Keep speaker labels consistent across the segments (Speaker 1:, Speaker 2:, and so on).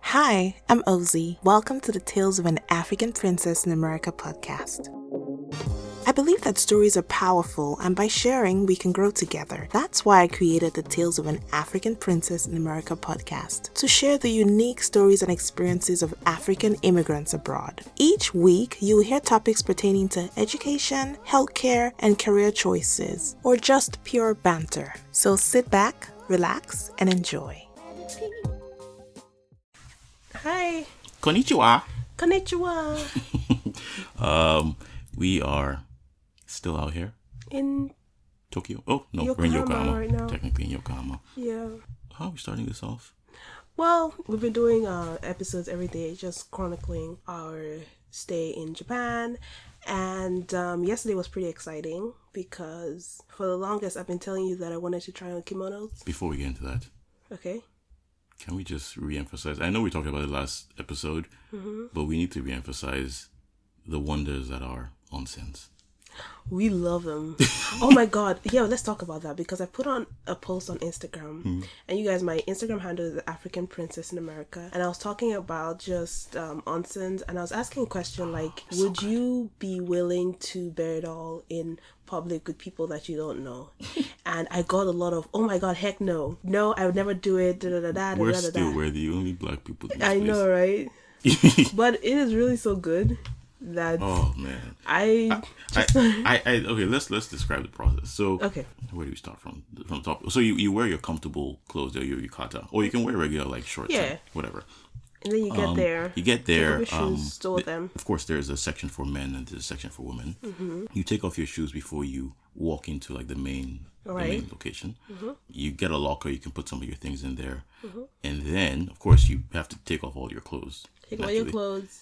Speaker 1: Hi, I'm Ozzy. Welcome to the Tales of an African Princess in America podcast. I believe that stories are powerful, and by sharing, we can grow together. That's why I created the Tales of an African Princess in America podcast to share the unique stories and experiences of African immigrants abroad. Each week, you'll hear topics pertaining to education, healthcare, and career choices, or just pure banter. So sit back, relax, and enjoy. Hi,
Speaker 2: Konnichiwa.
Speaker 1: konnichiwa.
Speaker 2: Um, we are still out here.
Speaker 3: in
Speaker 2: Tokyo. Oh no, we're in
Speaker 3: Yokohama
Speaker 2: Yokohama.
Speaker 3: right now.
Speaker 2: Technically in Yokohama.
Speaker 3: yeah
Speaker 2: How are we starting this off?
Speaker 3: well we've been doing uh episodes every day just chronicling our stay in japan and um, yesterday was pretty exciting because for the longest i've been telling you that i wanted to try on kimonos
Speaker 2: Before we get into that,
Speaker 3: okay
Speaker 2: can we just re-emphasize? I know we talked about it last episode,
Speaker 3: Mm-hmm.
Speaker 2: but we need to re-emphasize the wonders that are onsens.
Speaker 3: we love them oh my god yeah let's talk about that because i put on a post on instagram
Speaker 2: Mm.
Speaker 3: and you guys my instagram handle is african princess in america and i was talking about just um onsens and i was asking a question like
Speaker 2: Oh,
Speaker 3: would you be willing to bear it all in public with people that you don't know and i got a lot of oh my god heck no no i would never do it da, da, da, da,
Speaker 2: We're
Speaker 3: da, da,
Speaker 2: still
Speaker 3: da.
Speaker 2: we're the only black people. In this
Speaker 3: i know right
Speaker 2: place.
Speaker 3: but it is really so good that
Speaker 2: oh man.
Speaker 3: i
Speaker 2: I, I, I okay. Let's let's describe the process. So
Speaker 3: Okay.
Speaker 2: where do we start from from the top? So you, you wear your comfortable clothes, your your yukata, or you can wear regular like shorts,
Speaker 3: Yeah.
Speaker 2: and whatever.
Speaker 3: and then you get
Speaker 2: Um,
Speaker 3: there
Speaker 2: You get
Speaker 3: take
Speaker 2: there.
Speaker 3: off your
Speaker 2: um,
Speaker 3: shoes, store
Speaker 2: th-
Speaker 3: them Mm-hmm.
Speaker 2: Of course, there's a section for men and there's a section for women. You take off your shoes before you walk into like the main, the
Speaker 3: Right. Mm-hmm.
Speaker 2: main location. You get a locker. You can put some of your things in there, and then of course you have to take off all your clothes.
Speaker 3: Take away your
Speaker 2: naturally.
Speaker 3: clothes.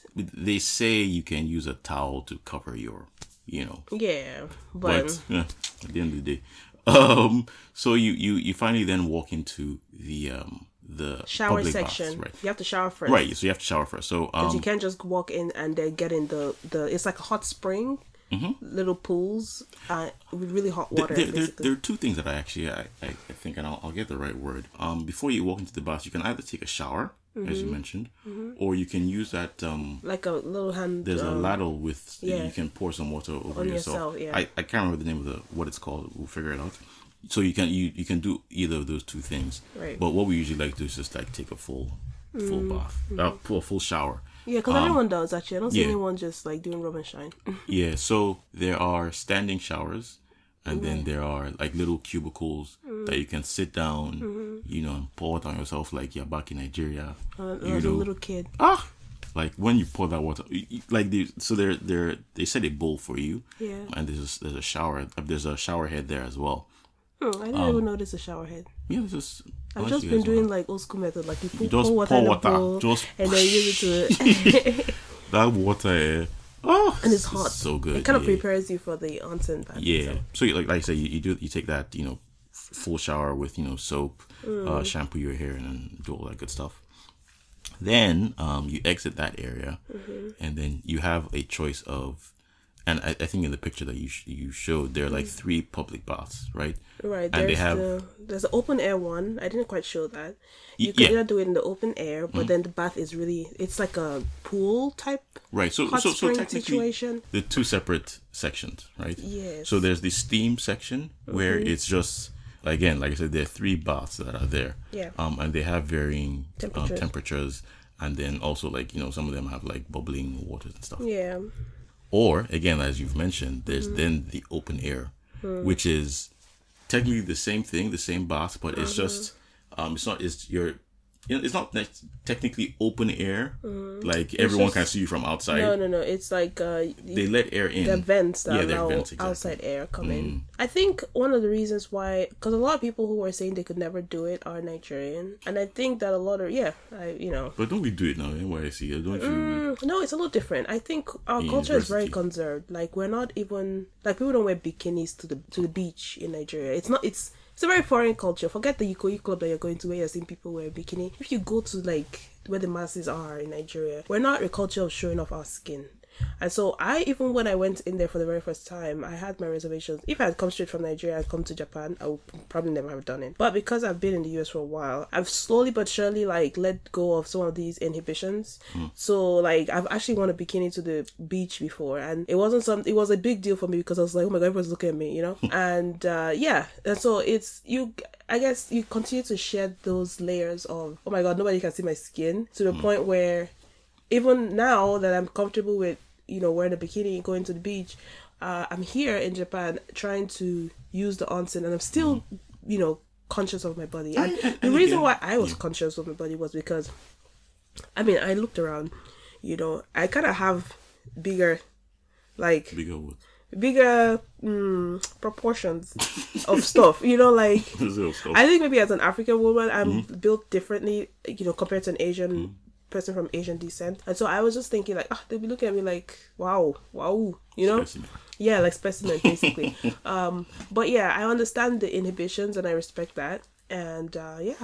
Speaker 2: They say you can use a towel to cover your, you know,
Speaker 3: Yeah, but,
Speaker 2: but yeah, at the end of the day, um, so you you you finally then walk into the um the
Speaker 3: shower
Speaker 2: public baths,
Speaker 3: section.
Speaker 2: right?
Speaker 3: You have to shower first.
Speaker 2: Right, so you have to shower first. So um,
Speaker 3: You can't just walk in and then get in the the. It's like a hot spring, little pools uh, with really hot water.
Speaker 2: Mm-hmm. there, there,
Speaker 3: basically.
Speaker 2: there are two things that I actually I, I, I think and I'll, I'll get the right word. Um, before you walk into the bath, you can either take a shower, as you
Speaker 3: Mm-hmm.
Speaker 2: mentioned, or you can use that. Um,
Speaker 3: like a little hand.
Speaker 2: there's a
Speaker 3: um,
Speaker 2: ladle with
Speaker 3: yeah.
Speaker 2: you can pour some water over
Speaker 3: On
Speaker 2: yourself.
Speaker 3: yourself, yeah.
Speaker 2: I, I can't remember the name of the what it's called. We'll figure it out. So you can you, you can do either of those two things.
Speaker 3: Right. Mm,
Speaker 2: But what we usually like to do is just like take a full full bath, uh, full- a full shower.
Speaker 3: Yeah, because everyone does actually. I don't see
Speaker 2: um, yeah.
Speaker 3: anyone just like doing rub and shine.
Speaker 2: Yeah, so there are standing showers, and
Speaker 3: Mm.
Speaker 2: then there are like little cubicles that you can sit down, you know, and pour it on yourself like you're back in Nigeria.
Speaker 3: Mm-hmm. Uh,
Speaker 2: you
Speaker 3: as a
Speaker 2: know.
Speaker 3: little kid.
Speaker 2: ah, like when you pour that water, y- y- like they, so there, there they set a bowl for you.
Speaker 3: Yeah.
Speaker 2: and there's a, there's a shower, uh, there's a shower head there as well.
Speaker 3: Hmm, I didn't
Speaker 2: um,
Speaker 3: even notice a shower head.
Speaker 2: Yeah, this is.
Speaker 3: I've just been doing like old school method, like you, pour-
Speaker 2: just
Speaker 3: pour water
Speaker 2: pour
Speaker 3: in the
Speaker 2: water,
Speaker 3: bowl
Speaker 2: just-
Speaker 3: and then use it to it,
Speaker 2: that water. eh, Oh,
Speaker 3: and it's hot.
Speaker 2: so good.
Speaker 3: It kind of
Speaker 2: yeah.
Speaker 3: prepares you for the onsen bath.
Speaker 2: Yeah. So you, like like I say, you, you do you take that you know f- full shower with you know soap,
Speaker 3: Mm.
Speaker 2: uh, shampoo your hair, and then do all that good stuff. Then um, you exit that area,
Speaker 3: Mm-hmm.
Speaker 2: and then you have a choice of, and I, I think in the picture that you sh- you showed, there are
Speaker 3: Mm.
Speaker 2: like three public baths, right?
Speaker 3: Right,
Speaker 2: And
Speaker 3: there's
Speaker 2: they have-
Speaker 3: the there's the open air one. I didn't quite show that. You
Speaker 2: Y-
Speaker 3: can
Speaker 2: yeah. Mm-hmm.
Speaker 3: either do it in the open air, but then the bath is really it's like a pool type
Speaker 2: Right. So
Speaker 3: hot
Speaker 2: so so
Speaker 3: spring
Speaker 2: technically,
Speaker 3: situation.
Speaker 2: the two separate sections, right?
Speaker 3: Yes. Mm-hmm.
Speaker 2: So there's the steam section where it's just again, like I said, there are three baths that are there.
Speaker 3: Yeah.
Speaker 2: Um, and they have varying temperatures,
Speaker 3: Temperatures.
Speaker 2: temperatures and then also like you know some of them have like bubbling waters and stuff.
Speaker 3: Yeah,
Speaker 2: Or again, as you've mentioned, there's
Speaker 3: Mm-hmm.
Speaker 2: then the open air,
Speaker 3: Mm.
Speaker 2: which is technically the same thing, the same bath, but it's
Speaker 3: Mm-hmm.
Speaker 2: just um, it's not it's your you know, it's not like technically open air, like everyone can
Speaker 3: Mm. just-
Speaker 2: see you from outside
Speaker 3: no, no, no. It's like uh,
Speaker 2: they let air in.
Speaker 3: the vents that
Speaker 2: Yeah, they're
Speaker 3: allow
Speaker 2: vents, exactly. Mm.
Speaker 3: outside air come in. I think one of the reasons why, because a lot of people who are saying they could never do it are Nigerian, and I think that a lot of yeah, I you know
Speaker 2: But don't we do it now? NYC, don't you?
Speaker 3: Mm, No, it's a little different. I think our culture is very
Speaker 2: University.
Speaker 3: conserved. Like we're not even like people don't wear bikinis to the to the beach in Nigeria. It's not. It's it's a very foreign culture. Forget the Ikoyi club that you're going to where you're seeing people wear a bikini. If you go to like where the masses are in Nigeria, we're not a culture of showing off our skin. And so I even when I went in there for the very first time, I had my reservations. If I had come straight from Nigeria and come to Japan, I would probably never have done it. But because I've been in the US for a while, I've slowly but surely like let go of some of these inhibitions. So like I've actually worn a bikini to the beach before, and it wasn't some. It was a big deal for me because I was like, oh my god, everyone's looking at me, you know. and uh, yeah, and so it's you. I guess you continue to shed those layers of oh my god, nobody can see my skin to the point where even now that I'm comfortable with you know wearing a bikini and going to the beach, uh, I'm here in Japan trying to use the onsen, and I'm still you know conscious of my body. And
Speaker 2: Mm. I- I-
Speaker 3: the
Speaker 2: I
Speaker 3: reason
Speaker 2: get-
Speaker 3: why I was conscious of my body was because, I mean, I looked around, you know, I kind of have bigger, like
Speaker 2: Bigger what?
Speaker 3: bigger mm, proportions of stuff, you know, like.
Speaker 2: Zero stuff.
Speaker 3: I think maybe as an African woman, I'm
Speaker 2: Mm-hmm.
Speaker 3: built differently, you know, compared to an Asian person from Asian descent. And so I was just thinking, like, ah, they'll be looking at me like, wow, wow, you know?
Speaker 2: Specimen.
Speaker 3: Yeah, like specimen, basically. um, but yeah, I understand the inhibitions and I respect that. And uh, yeah.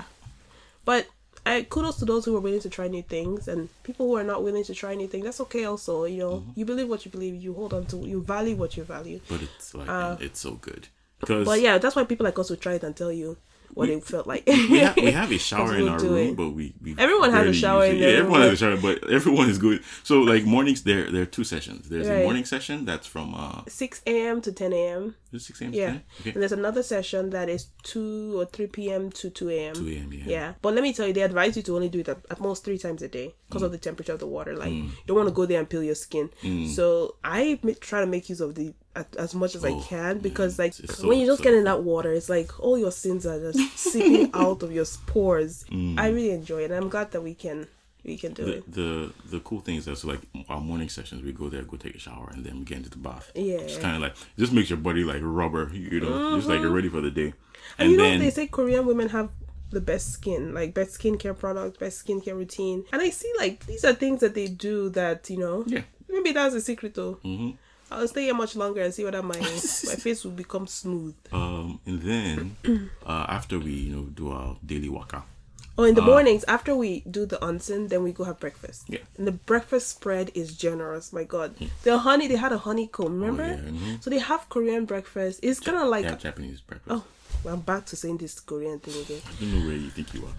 Speaker 3: But I kudos to those who are willing to try new things and people who are not willing to try anything. That's okay, also. You know,
Speaker 2: Mm-hmm.
Speaker 3: you believe what you believe, you hold on to, you value what you value.
Speaker 2: but it's like man, it's so good because
Speaker 3: But Uh, yeah, that's why people like us will try it and tell you what it felt like.
Speaker 2: we, ha- we have a shower in
Speaker 3: we'll
Speaker 2: our
Speaker 3: do
Speaker 2: room,
Speaker 3: it.
Speaker 2: but we, we
Speaker 3: Everyone has a
Speaker 2: barely
Speaker 3: shower
Speaker 2: use
Speaker 3: in
Speaker 2: it.
Speaker 3: their
Speaker 2: Yeah,
Speaker 3: room,
Speaker 2: everyone has a shower, but everyone is good. So like mornings, there there are two sessions. There's
Speaker 3: Right.
Speaker 2: a morning session that's from uh
Speaker 3: 6 a.m. to 10 a.m.
Speaker 2: is it six a.m. to
Speaker 3: Yeah.
Speaker 2: 10? Okay.
Speaker 3: And there's another session that is 2 or 3 p.m. to 2 a.m.
Speaker 2: 2 a.m., yeah.
Speaker 3: But let me tell you, they advise you to only do it at, at most three times a day because
Speaker 2: Mm.
Speaker 3: of the temperature of the water. Like, you don't want to go there and peel your skin.
Speaker 2: Mm.
Speaker 3: So I ma- try to make use of the as, as much as I
Speaker 2: Oh,
Speaker 3: can because, like,
Speaker 2: it's so-
Speaker 3: when you just
Speaker 2: so
Speaker 3: get in that water, it's like all your sins are just seeping out of your pores. I really enjoy it. And I'm glad that we can we can do
Speaker 2: Mm. The,
Speaker 3: it.
Speaker 2: the the cool thing is that so like our morning sessions we go there go take a shower and then we get into the bath
Speaker 3: Yeah. Mm-hmm.
Speaker 2: just kind of like just makes your body like rubber you know just like you're ready for the day and,
Speaker 3: And you know
Speaker 2: then
Speaker 3: they say Korean women have the best skin, like best skincare products, best skincare routine. And I see like these are things that they do that, you know.
Speaker 2: yeah
Speaker 3: Maybe that's the secret though. Mm-hmm. I'll stay here much longer and see whether my my face will become smooth.
Speaker 2: um and then uh after we you know do our daily waka
Speaker 3: Oh, in the mornings after we do the onsen, then we go have breakfast.
Speaker 2: Uh. Yeah.
Speaker 3: And the breakfast spread is generous. My God, the honey they had a honeycomb. Remember?
Speaker 2: yeah, mhm.
Speaker 3: So they have Korean breakfast. It's kind of like
Speaker 2: yeah Japanese breakfast
Speaker 3: oh, I'm back to saying this Korean thing again.
Speaker 2: don't know where you think you are.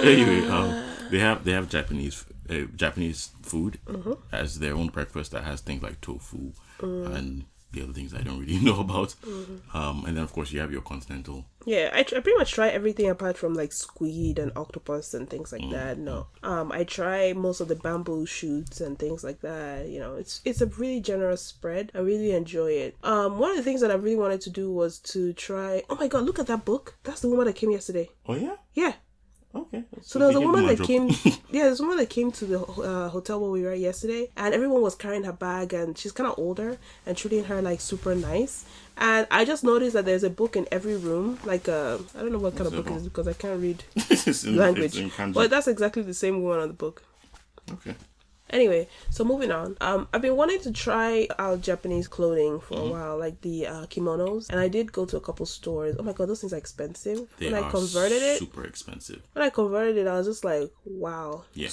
Speaker 2: anyway, um, they have they have Japanese uh, Japanese food
Speaker 3: Mm-hmm.
Speaker 2: as their own breakfast that has things like tofu
Speaker 3: Mm.
Speaker 2: and the other things I don't really know about.
Speaker 3: Mm-hmm.
Speaker 2: Um, and then of course you have your continental.
Speaker 3: Yeah, I, tr- I pretty much try everything apart from like squid and octopus and things like that. No, um, I try most of the bamboo shoots and things like that. You know, it's it's a really generous spread. I really enjoy it. Um, one of the things that I really wanted to do was to try. Oh my god, look at that book! That's the woman that came yesterday.
Speaker 2: Oh yeah,
Speaker 3: Yeah,
Speaker 2: okay.
Speaker 3: so there was a woman that came. yeah, there's a woman that came to the uh, hotel where we were yesterday, and everyone was carrying her bag, and she's kind of older and treating her like super nice. And I just noticed that there's a book in every room, like a I don't know what kind of book it is because I can't read language, but that's exactly the same woman on the book.
Speaker 2: okay.
Speaker 3: Anyway, so moving on. Um, I've been wanting to try out Japanese clothing for a while, like the uh, kimonos, and I did go to a couple stores. Oh my god, those things are expensive.
Speaker 2: They
Speaker 3: when
Speaker 2: are
Speaker 3: I converted it,
Speaker 2: super expensive.
Speaker 3: when I converted it, I was just like, wow,
Speaker 2: Yeah.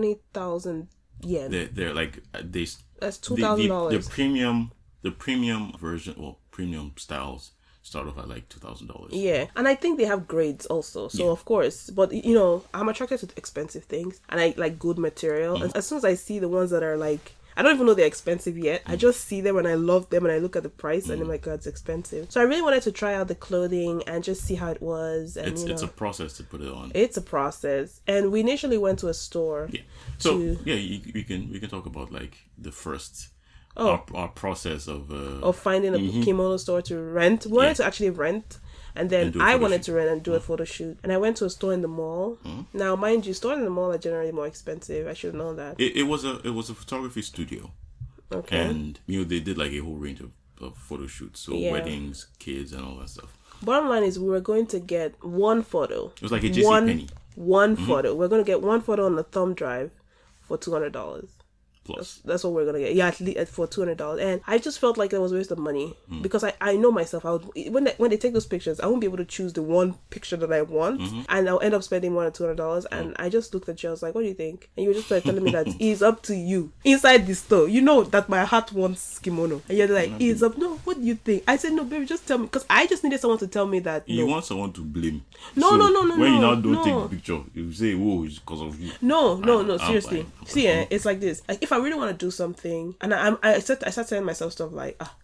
Speaker 3: 220,000 yen.
Speaker 2: They're they're like uh, they s-
Speaker 3: That's
Speaker 2: the, the,
Speaker 3: $2,000.
Speaker 2: the premium the premium version or premium styles start off at like two thousand dollars.
Speaker 3: yeah. And I think they have grades also. So, of course, but you know, I'm attracted to expensive things and I like good material.
Speaker 2: Mm-hmm.
Speaker 3: As- As soon as I see the ones that are like, I don't even know they're expensive yet.
Speaker 2: Mm-hmm.
Speaker 3: I just see them and I love them and I look at the price and I'm like, God, it's expensive. So I really wanted to try out the clothing and just see how it was. And
Speaker 2: It's
Speaker 3: you know,
Speaker 2: it's a process to put it on.
Speaker 3: it's a process. And we initially went to a store.
Speaker 2: Yeah. So
Speaker 3: to-
Speaker 2: yeah, you, we can we can talk about like the first
Speaker 3: Oh.
Speaker 2: our, our process of uh,
Speaker 3: of finding a kimono store to rent. We wanted
Speaker 2: Yeah.
Speaker 3: to actually rent, and then
Speaker 2: do a
Speaker 3: I
Speaker 2: photo
Speaker 3: wanted
Speaker 2: shoot. Mm.
Speaker 3: to rent and do a photo shoot. And I went to a store in the mall. Now, mind you, stores in the mall are generally more expensive. I should know that.
Speaker 2: it, it was a it was a photography studio
Speaker 3: Okay.
Speaker 2: and you know they did like a whole range of, of photo shoots, so
Speaker 3: Yeah.
Speaker 2: weddings, kids, and all that stuff.
Speaker 3: Bottom line is, we were going to get one photo. It
Speaker 2: was like a
Speaker 3: one
Speaker 2: JCPenney. Mm-hmm.
Speaker 3: one photo. We're going to get one photo on the thumb drive for two hundred dollars.
Speaker 2: plus.
Speaker 3: that's what we're gonna get. Yeah, at least for two hundred dollars. And I just felt like that was a waste of money because I, I know myself. I would when they, when they take those pictures, I won't be able to choose the one picture that I want, and I'll end up spending more than two hundred dollars. And I just looked at you. I was like, "What do you think?" And you were just like telling me that it's up to you inside the store. You know that my heart wants kimono, and you're like, "It's up." No, what do you think? I said, "No, baby, just tell me," because I just needed someone to tell me that.
Speaker 2: You
Speaker 3: no.
Speaker 2: want someone to blame.
Speaker 3: No, no, no, no,
Speaker 2: When you
Speaker 3: no,
Speaker 2: now don't take
Speaker 3: no.
Speaker 2: the picture, you say, "Whoa, it's because of you."
Speaker 3: No, no, no.
Speaker 2: Ah, I'm
Speaker 3: Seriously,
Speaker 2: fine.
Speaker 3: see, eh, it's like this. Like, if I really want to do something, and I, I'm, I start, I start telling myself stuff like, ah,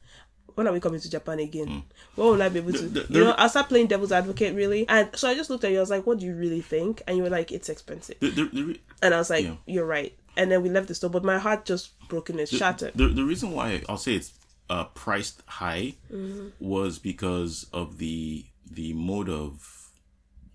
Speaker 3: when are we coming to Japan again? What will I be able to?
Speaker 2: Hmm. the-
Speaker 3: you know,
Speaker 2: the-
Speaker 3: I start playing devil's advocate really, and so I just looked at you. I was like, what do you really think? And you were like, it's expensive,
Speaker 2: The, the, the, re-
Speaker 3: and I was like,
Speaker 2: Yeah.
Speaker 3: you're right. And then we left the store, but my heart just broken and shattered.
Speaker 2: The, the reason why I'll say it's uh, priced high was because of the the mode of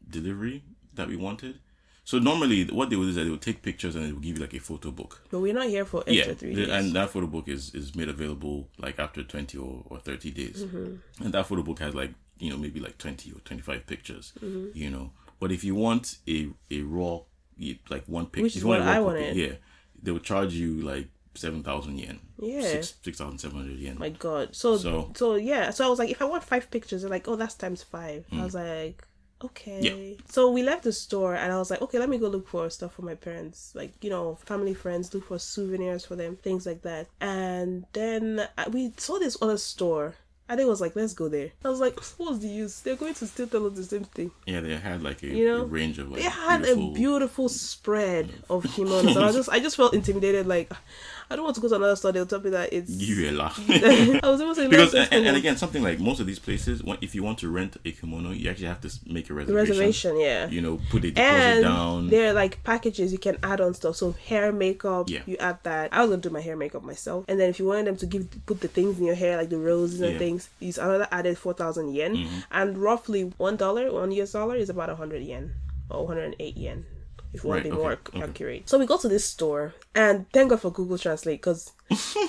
Speaker 2: delivery that we wanted. So normally, what they would do is that they would take pictures and they would give you like a photo book.
Speaker 3: But we're not here for
Speaker 2: Yeah,
Speaker 3: extra three
Speaker 2: the-
Speaker 3: days.
Speaker 2: and that photo book is is made available like after twenty or, or thirty days,
Speaker 3: Mm-hmm.
Speaker 2: and that photo book has like you know maybe like twenty or twenty five pictures,
Speaker 3: Mm-hmm.
Speaker 2: you know. But if you want a a raw you- like one picture,
Speaker 3: Which is what I wanted.
Speaker 2: yeah, they will charge you like seven thousand yen,
Speaker 3: Yeah.
Speaker 2: six six thousand seven hundred yen.
Speaker 3: my god so, so
Speaker 2: So-
Speaker 3: yeah so i was like if i want five pictures they're like oh that's times five
Speaker 2: Hmm.
Speaker 3: i was like okay so we left the store and i was like okay let me go look for stuff for my parents like you know family friends look for souvenirs for them things like that and then I, we saw this other store and they was like let's go there i was like what's the use they're going to still tell us the same thing
Speaker 2: yeah, they had like a,
Speaker 3: You know,
Speaker 2: a range of like
Speaker 3: they had
Speaker 2: beautiful,
Speaker 3: a beautiful spread of kimonos and i just i just felt intimidated like i don't want to go to another store they'll tell me that it's
Speaker 2: Yuela.
Speaker 3: i was almost like
Speaker 2: because
Speaker 3: let's just
Speaker 2: and,
Speaker 3: go.
Speaker 2: and again something like most of these places, when- if you want to rent a kimono, you actually have to s- make a reservation.
Speaker 3: reservation, yeah.
Speaker 2: You know, put a deposit
Speaker 3: and
Speaker 2: down.
Speaker 3: they're like packages you can add on stuff. So hair, makeup,
Speaker 2: Yeah.
Speaker 3: you add that. I was gonna do my hair makeup myself, and then if you wanted them to give put the things in your hair like the roses and
Speaker 2: Yeah. Mm-hmm.
Speaker 3: things, it's another added four thousand yen, and roughly one dollar, one US dollar is about hundred yen or one hundred and eight yen. If you want to
Speaker 2: Right,
Speaker 3: be
Speaker 2: okay,
Speaker 3: more
Speaker 2: okay.
Speaker 3: accurate, so we go to this store, and thank God for Google Translate because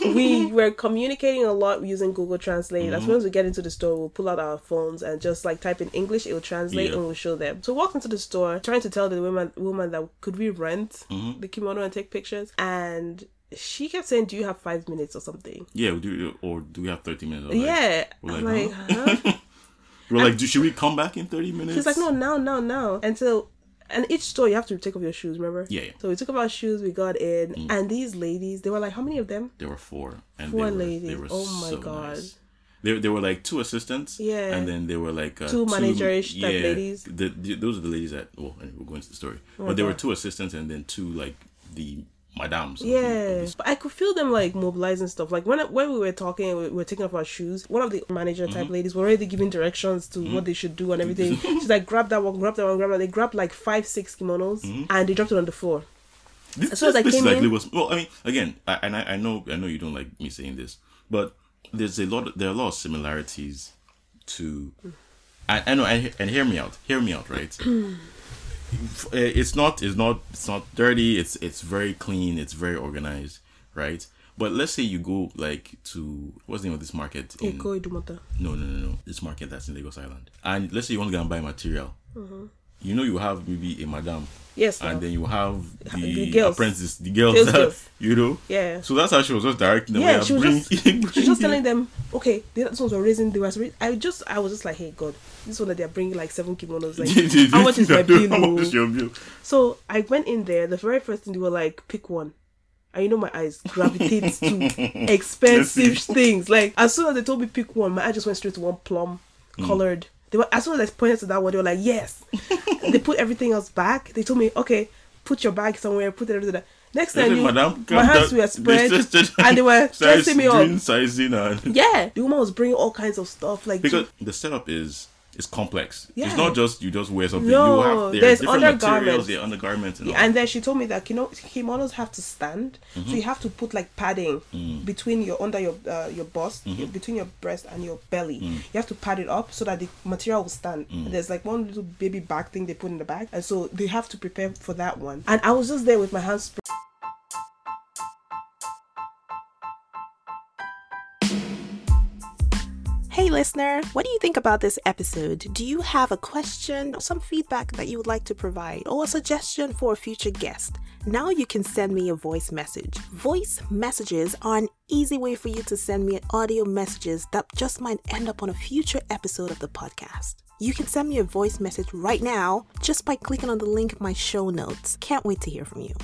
Speaker 3: we were communicating a lot using Google Translate.
Speaker 2: Mm-hmm.
Speaker 3: As soon as we get into the store, we'll pull out our phones and just like type in English, it will translate
Speaker 2: Yeah.
Speaker 3: and we'll show them. So we walked into the store, trying to tell the woman woman that could we rent
Speaker 2: Mm-hmm.
Speaker 3: the kimono and take pictures, and she kept saying, "Do you have five minutes or something?"
Speaker 2: Yeah, we do or do we have thirty minutes? Or
Speaker 3: yeah,
Speaker 2: we're
Speaker 3: I'm
Speaker 2: like,
Speaker 3: like, huh?
Speaker 2: we're like, do, should we come back in thirty minutes?
Speaker 3: She's like, no, now, now, now. And so, and each store you have to take off your shoes. Remember?
Speaker 2: Yeah, Mm. yeah.
Speaker 3: So we took off our shoes. We got in, and these ladies, they were like, "How many of them?"
Speaker 2: There were four, and
Speaker 3: Four
Speaker 2: they were,
Speaker 3: ladies.
Speaker 2: They were
Speaker 3: Oh my
Speaker 2: so
Speaker 3: God.
Speaker 2: Nice. There, there were like two assistants,
Speaker 3: Yeah.
Speaker 2: and then there were like uh,
Speaker 3: Two manager-ish type
Speaker 2: yeah,
Speaker 3: ladies. Oh
Speaker 2: The, the- those are the ladies that. Well, anyway, we'll go into the story, but there were two assistants and then two like the madams. of the- of
Speaker 3: Yeah,
Speaker 2: this-
Speaker 3: but I could feel them like mobilizing stuff. Like when when we were talking, we were taking off our shoes. One of the manager type
Speaker 2: Mm-hmm.
Speaker 3: ladies were already giving directions to what they should do and everything. She's like, grab that one, grab that one, grab that. They grabbed like five, six kimonos
Speaker 2: Mm-hmm.
Speaker 3: and they dropped it on the floor.
Speaker 2: this,
Speaker 3: soon as
Speaker 2: this
Speaker 3: I
Speaker 2: place
Speaker 3: came
Speaker 2: is like
Speaker 3: in-
Speaker 2: Lagos- Well, I mean, again, I, and I, I know, I know you don't like me saying this, but there's a lot. There are a lot of similarities to. I, I know, and, and hear me out. Hear me out, right? F- eh, it's not, it's not, it's not dirty. It's, it's very clean. It's very organized, right? But let's say you go like to what's the name of this market? in-
Speaker 3: Eko Idumota.
Speaker 2: no, no, no, no. This market that's in Lagos Island, and let's say you want to go and buy material.
Speaker 3: Mm-hmm.
Speaker 2: You know, you have maybe a madam
Speaker 3: Yes,
Speaker 2: and
Speaker 3: ma'am.
Speaker 2: then you have the,
Speaker 3: the girls.
Speaker 2: apprentices, the girls,
Speaker 3: Girls,
Speaker 2: that,
Speaker 3: girls.
Speaker 2: you know.
Speaker 3: Yeah.
Speaker 2: So that's how she was just directing them.
Speaker 3: yeah, she was
Speaker 2: bring-
Speaker 3: just she
Speaker 2: bring
Speaker 3: was just
Speaker 2: it.
Speaker 3: telling them, okay, the other ones were raising the rice. I just I was just like, hey God, this one that they're bringing like seven kimonos. Like, how much is my bill?
Speaker 2: How much
Speaker 3: oh?
Speaker 2: is your bill?
Speaker 3: So I went in there. The very first thing they were like, pick one. And you know my eyes gravitates to expensive things. Like as soon as they told me pick one, my eye just went straight to one plum
Speaker 2: Mm.
Speaker 3: colored. They were as soon as I pointed to that one, they were like, yes. they put everything else back. They told me, okay, put your bag somewhere. Put it. under that. Next thing
Speaker 2: I
Speaker 3: I
Speaker 2: said,
Speaker 3: knew,
Speaker 2: "Madam,
Speaker 3: my
Speaker 2: come
Speaker 3: hands
Speaker 2: down."
Speaker 3: were spread,
Speaker 2: They said-
Speaker 3: and they were
Speaker 2: size
Speaker 3: dressing me up.
Speaker 2: drink, sizing and
Speaker 3: Yeah, the woman was bringing all kinds of stuff. Like
Speaker 2: because the setup is is complex.
Speaker 3: Yeah.
Speaker 2: It's not just you just wear something.
Speaker 3: No,
Speaker 2: you have there are
Speaker 3: there's
Speaker 2: different
Speaker 3: undergarments.
Speaker 2: materials, there are undergarments, and all.
Speaker 3: and then she told me that you know kimonos have to stand so you have to put like padding between your under your uh, your bust your- between your breast and your belly you have to pad it up so that the material will stand there's like one little baby back thing they put in the back and so they have to prepare for that one and i was just there with my hands spread
Speaker 1: Hey
Speaker 3: listener, what do you think about this episode? Do you have a question, or some feedback that you would like to provide, or a suggestion for a future guest? Now you can send me a voice message. Voice messages are an easy way for you to send me audio messages that just might end up on a future episode of the podcast. You can send me a voice message right now just by clicking on the link in my show notes. Can't wait to hear from you.